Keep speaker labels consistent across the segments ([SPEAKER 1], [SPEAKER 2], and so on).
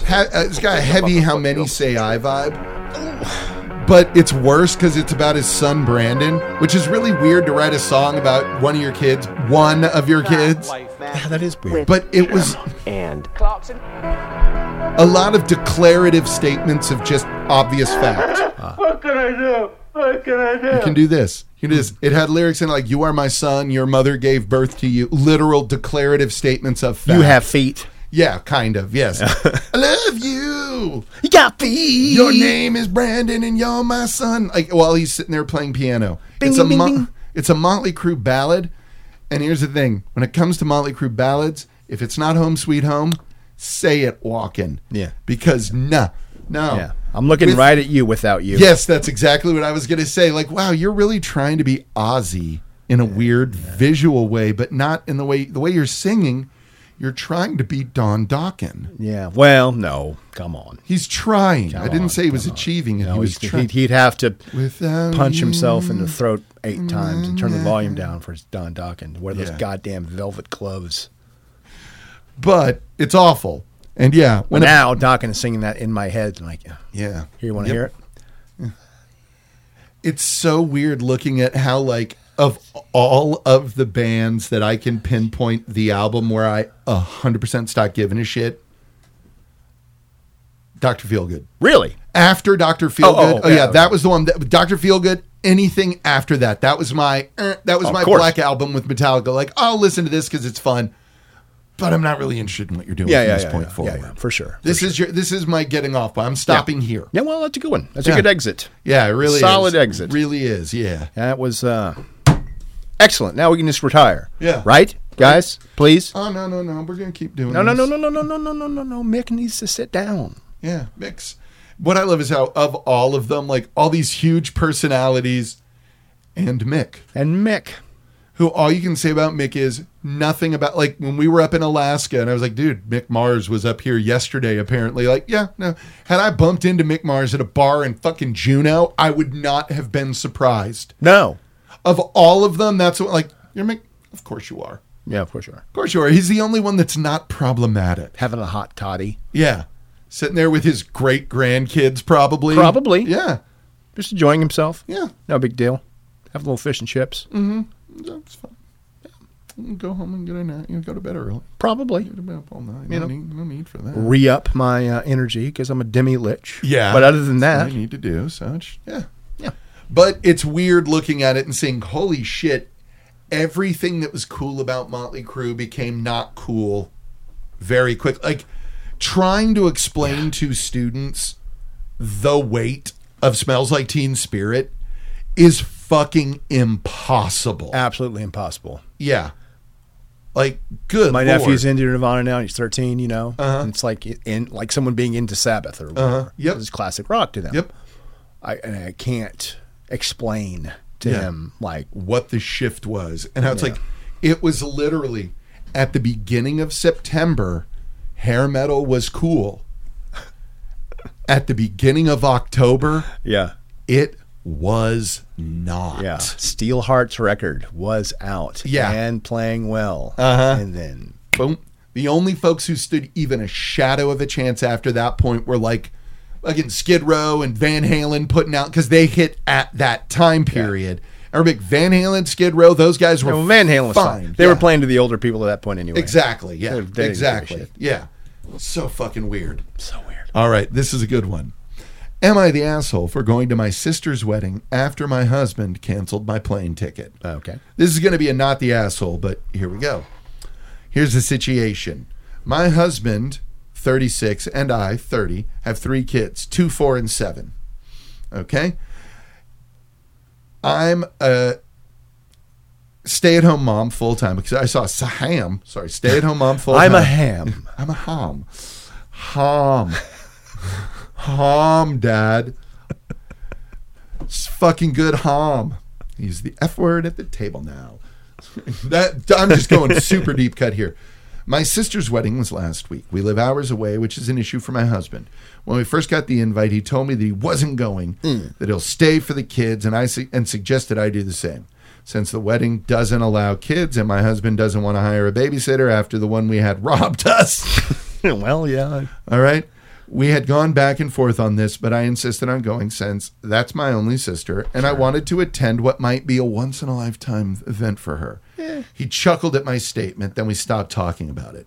[SPEAKER 1] ha- uh, it's got a heavy how many say I vibe. But it's worse because it's about his son Brandon, which is really weird to write a song about one of your kids, one of your kids.
[SPEAKER 2] Yeah, Oh, that is weird.
[SPEAKER 1] But it was
[SPEAKER 3] and
[SPEAKER 4] Clarkson.
[SPEAKER 1] a lot of declarative statements of just obvious fact. Uh,
[SPEAKER 5] What can I do? What can I do?
[SPEAKER 1] You can do this. You can do this. It had lyrics in it like "You are my son. Your mother gave birth to you." Literal declarative statements of fact.
[SPEAKER 2] you have feet.
[SPEAKER 1] yeah, kind of, yes. I love you.
[SPEAKER 2] You got feet.
[SPEAKER 1] Your name is Brandon, and you're my son. Like while he's sitting there playing piano, it's a
[SPEAKER 2] bing,
[SPEAKER 1] mon-
[SPEAKER 2] bing.
[SPEAKER 1] it's a Motley Crue ballad. And here's the thing: when it comes to Motley Crue ballads, if it's not "Home Sweet Home," say it walking.
[SPEAKER 2] Yeah.
[SPEAKER 1] because nah, no.
[SPEAKER 2] Yeah, I'm looking
[SPEAKER 1] With-
[SPEAKER 2] right at you without you.
[SPEAKER 1] Yes, that's exactly what I was going to say. Like, wow, you're really trying to be Aussie in a weird visual way, but not in the way the way you're singing. You're trying to be Don Dokken.
[SPEAKER 2] Yeah. Well, no. Come on.
[SPEAKER 1] He's trying. I didn't
[SPEAKER 2] on,
[SPEAKER 1] say he was achieving it.
[SPEAKER 2] No,
[SPEAKER 1] he was
[SPEAKER 2] he's-
[SPEAKER 1] trying. Mm.
[SPEAKER 2] he'd, he'd have to
[SPEAKER 1] Without
[SPEAKER 2] punch
[SPEAKER 1] you.
[SPEAKER 2] himself in the throat eight times and turn the volume down for Don Dokken. Wear those
[SPEAKER 1] Mm. Yeah.
[SPEAKER 2] goddamn velvet gloves.
[SPEAKER 1] But it's awful. And yeah, when a-
[SPEAKER 2] now Dokken is singing that in my head. and Like,
[SPEAKER 1] yeah,
[SPEAKER 2] here you want to
[SPEAKER 1] Yep.
[SPEAKER 2] hear it?
[SPEAKER 1] It's so weird looking at how like of all of the bands that I can pinpoint the album where I 100% stopped giving a shit. Dr. Feelgood.
[SPEAKER 2] Really?
[SPEAKER 1] after Doctor Feelgood. Oh,
[SPEAKER 2] oh,
[SPEAKER 1] yeah,
[SPEAKER 2] yeah,
[SPEAKER 1] that
[SPEAKER 2] okay.
[SPEAKER 1] was the one. That, Doctor Feelgood. Anything after that? That was my. eh, that was
[SPEAKER 2] Of
[SPEAKER 1] my
[SPEAKER 2] course.
[SPEAKER 1] black album with Metallica. Like I'll listen to this because it's fun, but I'm not really interested in what you're doing
[SPEAKER 2] Yeah,
[SPEAKER 1] from
[SPEAKER 2] yeah,
[SPEAKER 1] this
[SPEAKER 2] yeah,
[SPEAKER 1] point
[SPEAKER 2] yeah, yeah,
[SPEAKER 1] forward.
[SPEAKER 2] yeah, for sure,
[SPEAKER 1] This is your. This is my getting off. But I'm stopping here.
[SPEAKER 2] Yeah. Well, that's a good one. That's
[SPEAKER 1] Yeah.
[SPEAKER 2] a good exit.
[SPEAKER 1] Yeah, it really is.
[SPEAKER 2] Solid exit.
[SPEAKER 1] Really is. Yeah.
[SPEAKER 2] That was uh, excellent. Now we can just retire.
[SPEAKER 1] Yeah.
[SPEAKER 2] Right, guys. Please.
[SPEAKER 1] Oh no no no! We're gonna keep doing.
[SPEAKER 2] No, no,
[SPEAKER 1] this.
[SPEAKER 2] no, no, no, no, no, no, no, no, no. Mick needs to sit down.
[SPEAKER 1] Yeah, mix. What I love is how of all of them, like all these huge personalities, and Mick.
[SPEAKER 2] And Mick.
[SPEAKER 1] who all you can say about Mick is nothing about like when we were up in Alaska and I was like, dude, Mick Mars was up here yesterday apparently. Like, yeah, no. Had I bumped into Mick Mars at a bar in fucking Juneau, I would not have been surprised.
[SPEAKER 2] No.
[SPEAKER 1] Of all of them, that's what like you're Mick. Of course you are.
[SPEAKER 2] Yeah, of course you are.
[SPEAKER 1] Of course you are. He's the only one that's not problematic.
[SPEAKER 2] Having a hot toddy.
[SPEAKER 1] Yeah. Sitting there with his great grandkids, probably.
[SPEAKER 2] Probably.
[SPEAKER 1] Yeah.
[SPEAKER 2] Just enjoying himself.
[SPEAKER 1] Yeah.
[SPEAKER 2] No big deal. Have a little fish and chips.
[SPEAKER 1] That's fine. Yeah. Go home and get a nap. You know, go to bed early.
[SPEAKER 2] Probably.
[SPEAKER 1] Go to bed up all night.
[SPEAKER 2] You
[SPEAKER 1] No,
[SPEAKER 2] know.
[SPEAKER 1] need, no need for that.
[SPEAKER 2] Re up my uh, energy because I'm a demi lich.
[SPEAKER 1] Yeah.
[SPEAKER 2] But other than that,
[SPEAKER 1] I need to do such. Yeah.
[SPEAKER 2] yeah.
[SPEAKER 1] But it's weird looking at it and saying, holy shit, everything that was cool about Motley Crue became not cool very quick. Like trying to explain to students the weight of Smells Like Teen Spirit is fucking impossible.
[SPEAKER 2] Absolutely impossible.
[SPEAKER 1] yeah. Like, good.
[SPEAKER 2] My
[SPEAKER 1] Lord.
[SPEAKER 2] nephew's into Nirvana now. and He's 13, you know. And it's like in like someone being into Sabbath or whatever.
[SPEAKER 1] Yep.
[SPEAKER 2] It's classic rock to them.
[SPEAKER 1] Yep.
[SPEAKER 2] I, and I can't explain to
[SPEAKER 1] Yeah.
[SPEAKER 2] him like
[SPEAKER 1] what the shift was. And I was like, it was literally at the beginning of September, hair metal was cool. At the beginning of October,
[SPEAKER 2] yeah
[SPEAKER 1] it was not.
[SPEAKER 2] yeah Steelheart's record was out
[SPEAKER 1] Yeah.
[SPEAKER 2] and playing well uh-huh. and then
[SPEAKER 1] Boom. The only folks who stood even a shadow of a chance after that point were like, again, Skid Row and Van Halen putting out because they hit at that time period. Everybody, Van Halen, Skid Row, those guys were
[SPEAKER 2] Well, Van Halen was fine. They
[SPEAKER 1] Yeah.
[SPEAKER 2] were playing to the older people at that point anyway.
[SPEAKER 1] Exactly. Yeah.
[SPEAKER 2] They didn't give a
[SPEAKER 1] exactly.
[SPEAKER 2] shit.
[SPEAKER 1] Yeah. So fucking weird.
[SPEAKER 2] So weird.
[SPEAKER 1] All right, this is a good one. Am I the asshole for going to my sister's wedding after my husband canceled my plane ticket?
[SPEAKER 2] Okay.
[SPEAKER 1] This is going to be a not the asshole, but here we go. Here's the situation. My husband, 36, and I, 30, have three kids, two, four, and seven. Okay? I'm a stay at home mom full time because I saw a ham. Sorry, stay at home mom full time.
[SPEAKER 2] I'm a ham.
[SPEAKER 1] I'm a ham. Ham. ham, dad. It's fucking good ham. Use the F word at the table now. that I'm just going super deep cut here. My sister's wedding was last week. We live hours away, which is an issue for my husband. When we first got the invite, he told me that he wasn't going, that he'll stay for the kids, and I su- and suggested I do the same. Since the wedding doesn't allow kids, and my husband doesn't want to hire a babysitter after the one we had robbed us.
[SPEAKER 2] well, yeah.
[SPEAKER 1] All right. We had gone back and forth on this, but I insisted on going since that's my only sister, and I wanted to attend what might be a once in a lifetime event for her. He chuckled at my statement, then we stopped talking about it.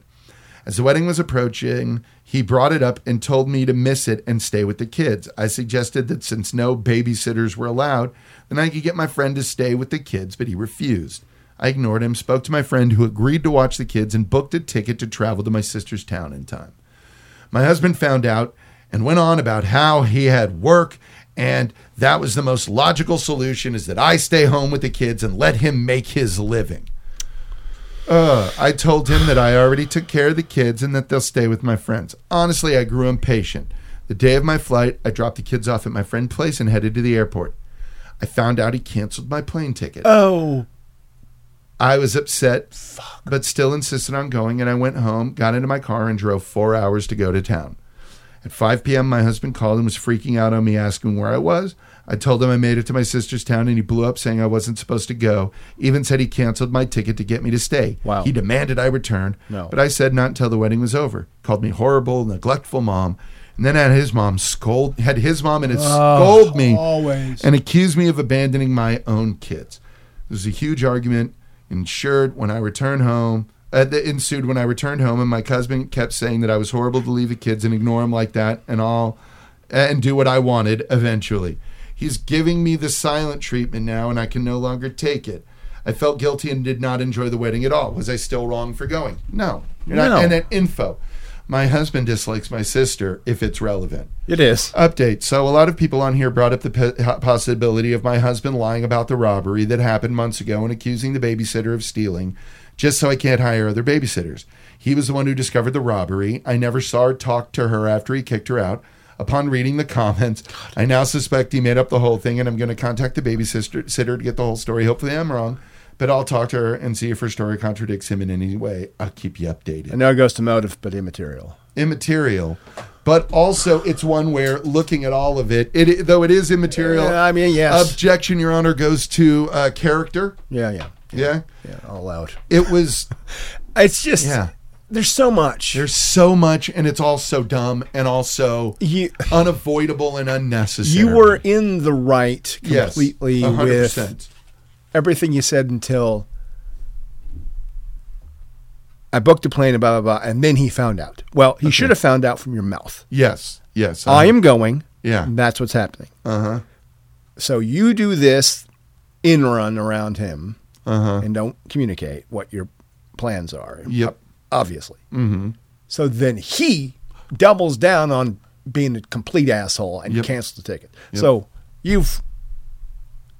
[SPEAKER 1] As the wedding was approaching, he brought it up and told me to miss it and stay with the kids. I suggested that since no babysitters were allowed, then I could get my friend to stay with the kids, but he refused. I ignored him, spoke to my friend who agreed to watch the kids, and booked a ticket to travel to my sister's town in time. My husband found out and went on about how he had work and that was the most logical solution is that I stay home with the kids and let him make his living. Uh, I told him that I already took care of the kids and that they'll stay with my friends. Honestly, I grew impatient. The day of my flight, I dropped the kids off at my friend's place and headed to the airport. I found out he canceled my plane ticket.
[SPEAKER 2] Oh,
[SPEAKER 1] I was upset, but still insisted on going, and I went home, got into my car, and drove four hours to go to town. At 5 p.m., my husband called and was freaking out on me, asking where I was. I told him I made it to my sister's town, and he blew up, saying I wasn't supposed to go. Even said he canceled my ticket to get me to stay.
[SPEAKER 2] Wow.
[SPEAKER 1] He demanded I return,
[SPEAKER 2] No.
[SPEAKER 1] but I said not until the wedding was over. Called me horrible, neglectful mom, and then had his mom scold, had his mom and it
[SPEAKER 2] Oh,
[SPEAKER 1] scold me
[SPEAKER 3] Always.
[SPEAKER 1] and accused me of abandoning my own kids. This was a huge argument. Ensured when I returned home, uh, that ensued when I returned home, and my husband kept saying that I was horrible to leave the kids and ignore them like that, and all, and do what I wanted. Eventually, he's giving me the silent treatment now, and I can no longer take it. I felt guilty and did not enjoy the wedding at all. Was I still wrong for going? No. You're not-
[SPEAKER 2] No.
[SPEAKER 1] And at info, my husband dislikes my sister if it's relevant.
[SPEAKER 2] it is.
[SPEAKER 1] Update. So, a lot of people on here brought up the pe- ho- possibility of my husband lying about the robbery that happened months ago and accusing the babysitter of stealing just so I can't hire other babysitters. He was the one who discovered the robbery. I never saw or talked to her after he kicked her out. Upon reading the comments, I now suspect he made up the whole thing and I'm going to contact the babysitter sitter to get the whole story. Hopefully, I'm wrong, but I'll talk to her and see if her story contradicts him in any way. I'll keep you updated
[SPEAKER 2] I know it goes to motive, but immaterial.
[SPEAKER 1] immaterial, but also it's one where looking at all of it, it though it is immaterial.
[SPEAKER 2] Yeah, I mean, yes.
[SPEAKER 1] Objection, Your Honor, goes to uh, character.
[SPEAKER 2] Yeah, yeah,
[SPEAKER 1] Yeah,
[SPEAKER 2] yeah. All out.
[SPEAKER 1] it was.
[SPEAKER 2] It's just
[SPEAKER 1] Yeah.
[SPEAKER 2] There's so much.
[SPEAKER 1] There's so much, and it's all so dumb, and also
[SPEAKER 2] you.
[SPEAKER 1] unavoidable and unnecessary.
[SPEAKER 2] You were in the right
[SPEAKER 1] Yes,
[SPEAKER 2] completely
[SPEAKER 1] 100%.
[SPEAKER 2] with everything you said until I booked a plane and blah blah blah, and then he found out. Well, he should have found out from your mouth.
[SPEAKER 1] Yes, yes.
[SPEAKER 2] I am going.
[SPEAKER 1] Uh-huh. Yeah.
[SPEAKER 2] and that's what's happening.
[SPEAKER 1] Uh huh.
[SPEAKER 2] So you do this in run around him
[SPEAKER 1] Uh huh.
[SPEAKER 2] and don't communicate what your plans are.
[SPEAKER 1] Yep.
[SPEAKER 2] Obviously. Mm-hmm. So then he doubles down on being a complete asshole and
[SPEAKER 1] Yep.
[SPEAKER 2] cancels the ticket.
[SPEAKER 1] Yep.
[SPEAKER 2] So you've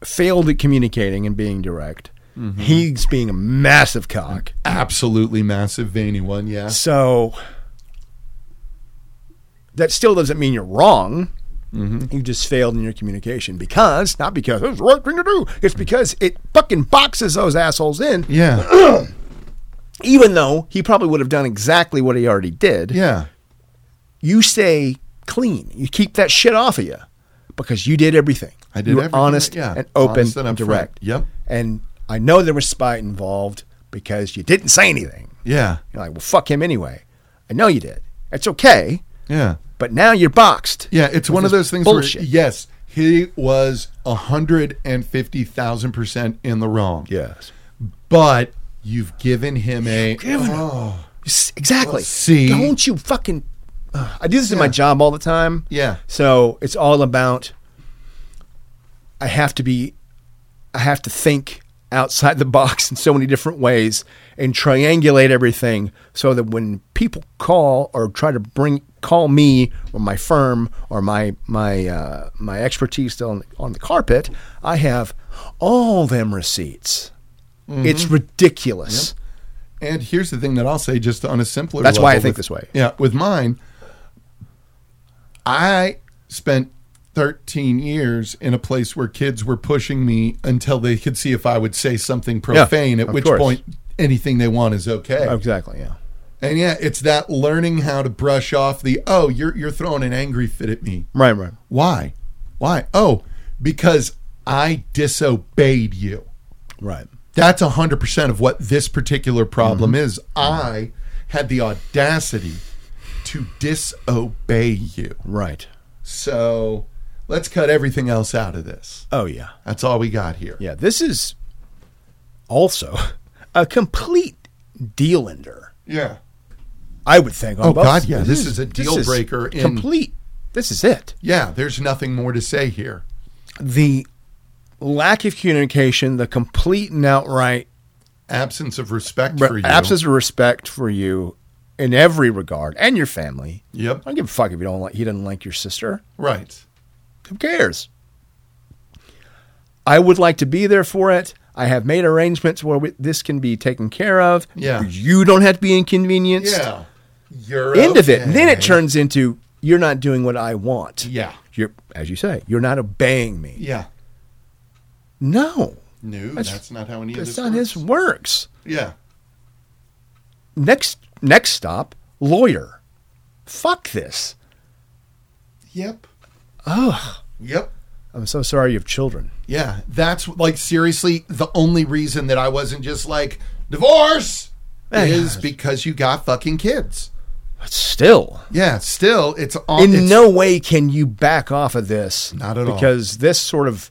[SPEAKER 2] failed at communicating and being direct.
[SPEAKER 1] Mm-hmm.
[SPEAKER 2] He's being a massive cock.
[SPEAKER 1] Absolutely massive veiny one. Yeah.
[SPEAKER 2] So that still doesn't mean you're wrong.
[SPEAKER 1] Mm-hmm.
[SPEAKER 2] You just failed in your communication because not because it's the right thing to do. It's because it fucking boxes those assholes in.
[SPEAKER 1] Yeah.
[SPEAKER 2] Even though he probably would have done exactly what he already did.
[SPEAKER 1] Yeah.
[SPEAKER 2] You stay clean. You keep that shit off of you because you did everything.
[SPEAKER 1] I did
[SPEAKER 2] You were
[SPEAKER 1] everything,
[SPEAKER 2] honest
[SPEAKER 1] yeah.
[SPEAKER 2] and open
[SPEAKER 1] Honest and
[SPEAKER 2] and
[SPEAKER 1] upfront.
[SPEAKER 2] direct.
[SPEAKER 1] Yep.
[SPEAKER 2] And I know there was spite involved because you didn't say anything.
[SPEAKER 1] Yeah.
[SPEAKER 2] You're like, well, fuck him anyway. I know you did. It's okay,
[SPEAKER 1] Yeah.
[SPEAKER 2] but now you're boxed.
[SPEAKER 1] Yeah, it's
[SPEAKER 2] with
[SPEAKER 1] one of
[SPEAKER 2] this
[SPEAKER 1] those things
[SPEAKER 2] bullshit.
[SPEAKER 1] where yes, he was hundred and fifty thousand percent in the wrong.
[SPEAKER 2] Yes.
[SPEAKER 1] But you've given him a oh,
[SPEAKER 2] S- Exactly.
[SPEAKER 1] Well, see?
[SPEAKER 2] Don't you fucking. Ugh, I do this in my job all the time.
[SPEAKER 1] Yeah.
[SPEAKER 2] So it's all about. I have to be. I have to think outside the box in so many different ways and triangulate everything so that when people call or try to bring call me or my firm or my my uh, my expertise on on the carpet, I have all them receipts. It's ridiculous.
[SPEAKER 1] And here's the thing that I'll say, just on a simpler.
[SPEAKER 2] That's why I
[SPEAKER 1] level
[SPEAKER 2] think
[SPEAKER 1] with-
[SPEAKER 2] this way.
[SPEAKER 1] Yeah, with mine, I spent 13 years in a place where kids were pushing me until they could see if I would say something profane. at
[SPEAKER 2] of
[SPEAKER 1] which
[SPEAKER 2] course.
[SPEAKER 1] point, anything they want is okay.
[SPEAKER 2] Exactly. Yeah.
[SPEAKER 1] And yeah, it's that learning how to brush off the oh, you're you're throwing an angry fit at me.
[SPEAKER 2] Right. Right.
[SPEAKER 1] Why? Why? Oh, because I disobeyed you.
[SPEAKER 2] Right.
[SPEAKER 1] That's
[SPEAKER 2] Mm-hmm.
[SPEAKER 1] 100% of what this particular problem is. I had the audacity to disobey you.
[SPEAKER 2] Right.
[SPEAKER 1] So let's cut everything else out of this.
[SPEAKER 2] Oh, yeah.
[SPEAKER 1] That's all we got here.
[SPEAKER 2] Yeah. This is also a complete deal ender,
[SPEAKER 1] Yeah.
[SPEAKER 2] I would think. on
[SPEAKER 1] Oh,
[SPEAKER 2] both.
[SPEAKER 1] God, yeah. This is a deal breaker in-
[SPEAKER 2] Complete. This is it.
[SPEAKER 1] Yeah, there's nothing more to say here.
[SPEAKER 2] The lack of communication, the complete and outright
[SPEAKER 1] Absence of respect for
[SPEAKER 2] re-
[SPEAKER 1] you.
[SPEAKER 2] absence of respect for you in every regard and your family. I
[SPEAKER 1] Yep.
[SPEAKER 2] don't give a fuck if you don't like, he doesn't like your sister.
[SPEAKER 1] Right.
[SPEAKER 2] Who cares? I would like to be there for it. I have made arrangements where we, this can be taken care of.
[SPEAKER 1] Yeah.
[SPEAKER 2] You don't have to be inconvenienced.
[SPEAKER 1] Yeah. You're
[SPEAKER 2] End of it. And then it
[SPEAKER 1] okay.
[SPEAKER 2] turns into you're not doing what I want.
[SPEAKER 1] Yeah.
[SPEAKER 2] You're, as you say, you're not obeying me.
[SPEAKER 1] Yeah.
[SPEAKER 2] No,
[SPEAKER 1] No, that's,
[SPEAKER 2] That's-
[SPEAKER 1] not how any of
[SPEAKER 2] that's
[SPEAKER 1] this
[SPEAKER 2] not
[SPEAKER 1] works.
[SPEAKER 2] his works.
[SPEAKER 1] Yeah.
[SPEAKER 2] Next, next stop, lawyer. Fuck this.
[SPEAKER 1] Yep.
[SPEAKER 2] Ugh.
[SPEAKER 1] Yep.
[SPEAKER 2] I'm so sorry you have children.
[SPEAKER 1] Yeah. That's like seriously the only reason that I wasn't just like divorce
[SPEAKER 2] Hey.
[SPEAKER 1] is because you got fucking kids.
[SPEAKER 2] But still,
[SPEAKER 1] Yeah. Still, it's all
[SPEAKER 2] in
[SPEAKER 1] it's-
[SPEAKER 2] no way can you back off of this.
[SPEAKER 1] Not at all.
[SPEAKER 2] Because this sort of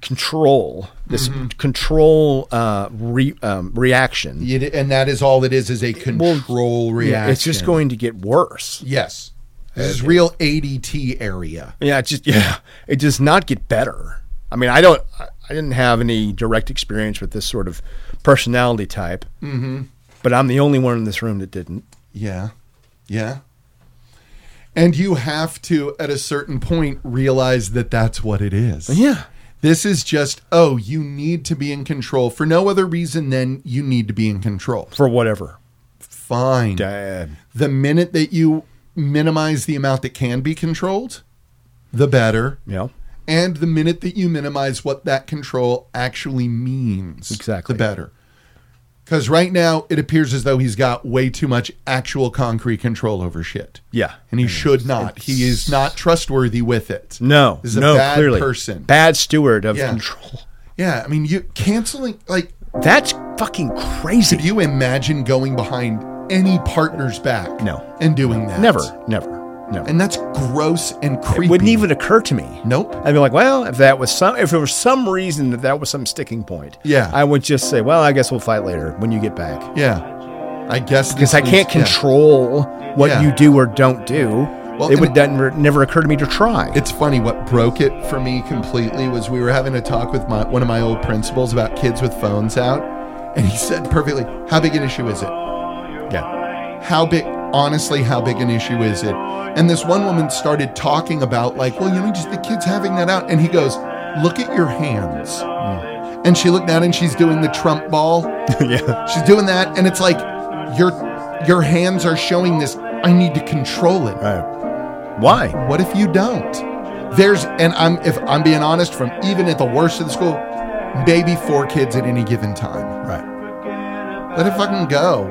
[SPEAKER 2] control, this
[SPEAKER 1] Mm-hmm.
[SPEAKER 2] control uh, re, um, reaction,
[SPEAKER 1] You d- and that is all it is is a
[SPEAKER 2] will-
[SPEAKER 1] control reaction.
[SPEAKER 2] it's just going to get worse.
[SPEAKER 1] Yes. This is real ADT area.
[SPEAKER 2] Yeah, it just yeah, it does not get better. I mean, I don't, I I didn't have any direct experience with this sort of personality type, mm-hmm. but I'm the only one in this room that didn't.
[SPEAKER 1] Yeah. Yeah. And you have to, at a certain point, realize that that's what it is.
[SPEAKER 2] Yeah.
[SPEAKER 1] This is just, oh, you need to be in control for no other reason than you need to be in control.
[SPEAKER 2] For whatever.
[SPEAKER 1] Fine.
[SPEAKER 2] Dad.
[SPEAKER 1] The minute that you minimize the amount that can be controlled, the better.
[SPEAKER 2] Yeah.
[SPEAKER 1] And the minute that you minimize what that control actually means,
[SPEAKER 2] Exactly.
[SPEAKER 1] the better. Because right now, it appears as though he's got way too much actual concrete control over shit.
[SPEAKER 2] Yeah.
[SPEAKER 1] And he should not. He is not trustworthy with it.
[SPEAKER 2] No,
[SPEAKER 1] He's a
[SPEAKER 2] no,
[SPEAKER 1] bad
[SPEAKER 2] clearly.
[SPEAKER 1] person.
[SPEAKER 2] Bad steward of
[SPEAKER 1] Yeah.
[SPEAKER 2] control.
[SPEAKER 1] Yeah. I mean, you canceling, like,
[SPEAKER 2] That's fucking
[SPEAKER 1] could
[SPEAKER 2] crazy.
[SPEAKER 1] you imagine going behind any partner's back?
[SPEAKER 2] No.
[SPEAKER 1] And doing that?
[SPEAKER 2] never, never, never.
[SPEAKER 1] And that's gross and creepy.
[SPEAKER 2] It wouldn't even occur to me.
[SPEAKER 1] Nope.
[SPEAKER 2] I'd be like, well, if that was some, if there was some reason that that was some sticking point,
[SPEAKER 1] Yeah.
[SPEAKER 2] I would just say, well, I guess we'll fight later when you get back.
[SPEAKER 1] Yeah. I guess
[SPEAKER 2] because I
[SPEAKER 1] this
[SPEAKER 2] can't
[SPEAKER 1] is- yeah.
[SPEAKER 2] control what
[SPEAKER 1] Yeah.
[SPEAKER 2] you do or don't do.
[SPEAKER 1] Well,
[SPEAKER 2] it
[SPEAKER 1] and
[SPEAKER 2] would
[SPEAKER 1] it-
[SPEAKER 2] never, never occur to me to try.
[SPEAKER 1] It's funny what broke it for me completely was we were having a talk with my one of my old principals about kids with phones out, and he said perfectly, "How big an issue is it?
[SPEAKER 2] yeah.
[SPEAKER 1] How big? Honestly, how big an issue is it?" And this one woman started talking about like, "Well, you know, just the kids having that out," and he goes, "Look at your hands." And she looked down and she's doing the trump ball.
[SPEAKER 2] yeah.
[SPEAKER 1] She's doing that, and it's like your your hands are showing this. I need to control it.
[SPEAKER 2] Right. Why?
[SPEAKER 1] What if you don't? There's and I'm if I'm being honest, from even at the worst of the school, maybe four kids at any given time.
[SPEAKER 2] Right.
[SPEAKER 1] Let it fucking go.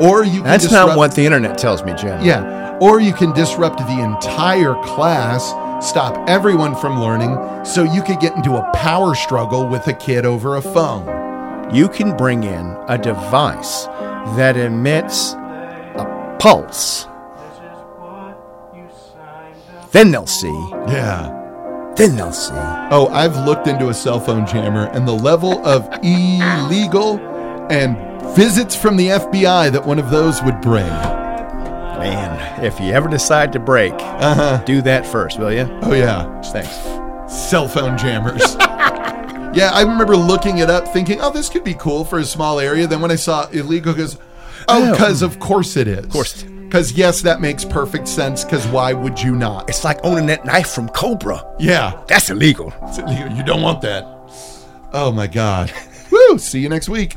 [SPEAKER 1] Or you can
[SPEAKER 2] That's
[SPEAKER 1] disrupt,
[SPEAKER 2] not what the internet tells me, Jim.
[SPEAKER 1] Yeah. Or you can disrupt the entire class, stop everyone from learning, so you could get into a power struggle with a kid over a phone.
[SPEAKER 2] You can bring in a device that emits a pulse. Then they'll see.
[SPEAKER 1] Yeah.
[SPEAKER 2] Then they'll see.
[SPEAKER 1] Oh, I've looked into a cell phone jammer and the level of illegal and visits from the FBI that one of those would bring.
[SPEAKER 2] Man, if you ever decide to break, uh-huh. do that first, will you?
[SPEAKER 1] Oh yeah.
[SPEAKER 2] Thanks.
[SPEAKER 1] cell phone jammers. yeah, I remember looking it up, thinking, "Oh, this could be cool for a small area." Then when I saw illegal, goes, "Oh,
[SPEAKER 2] Oh.
[SPEAKER 1] because of course it is. Of
[SPEAKER 2] course.
[SPEAKER 1] because yes, that makes perfect sense. Because why would you not?
[SPEAKER 2] It's like owning that knife from Cobra.
[SPEAKER 1] Yeah,
[SPEAKER 2] That's illegal.
[SPEAKER 1] it's illegal. You don't want that. Oh my god. Woo! See you next week.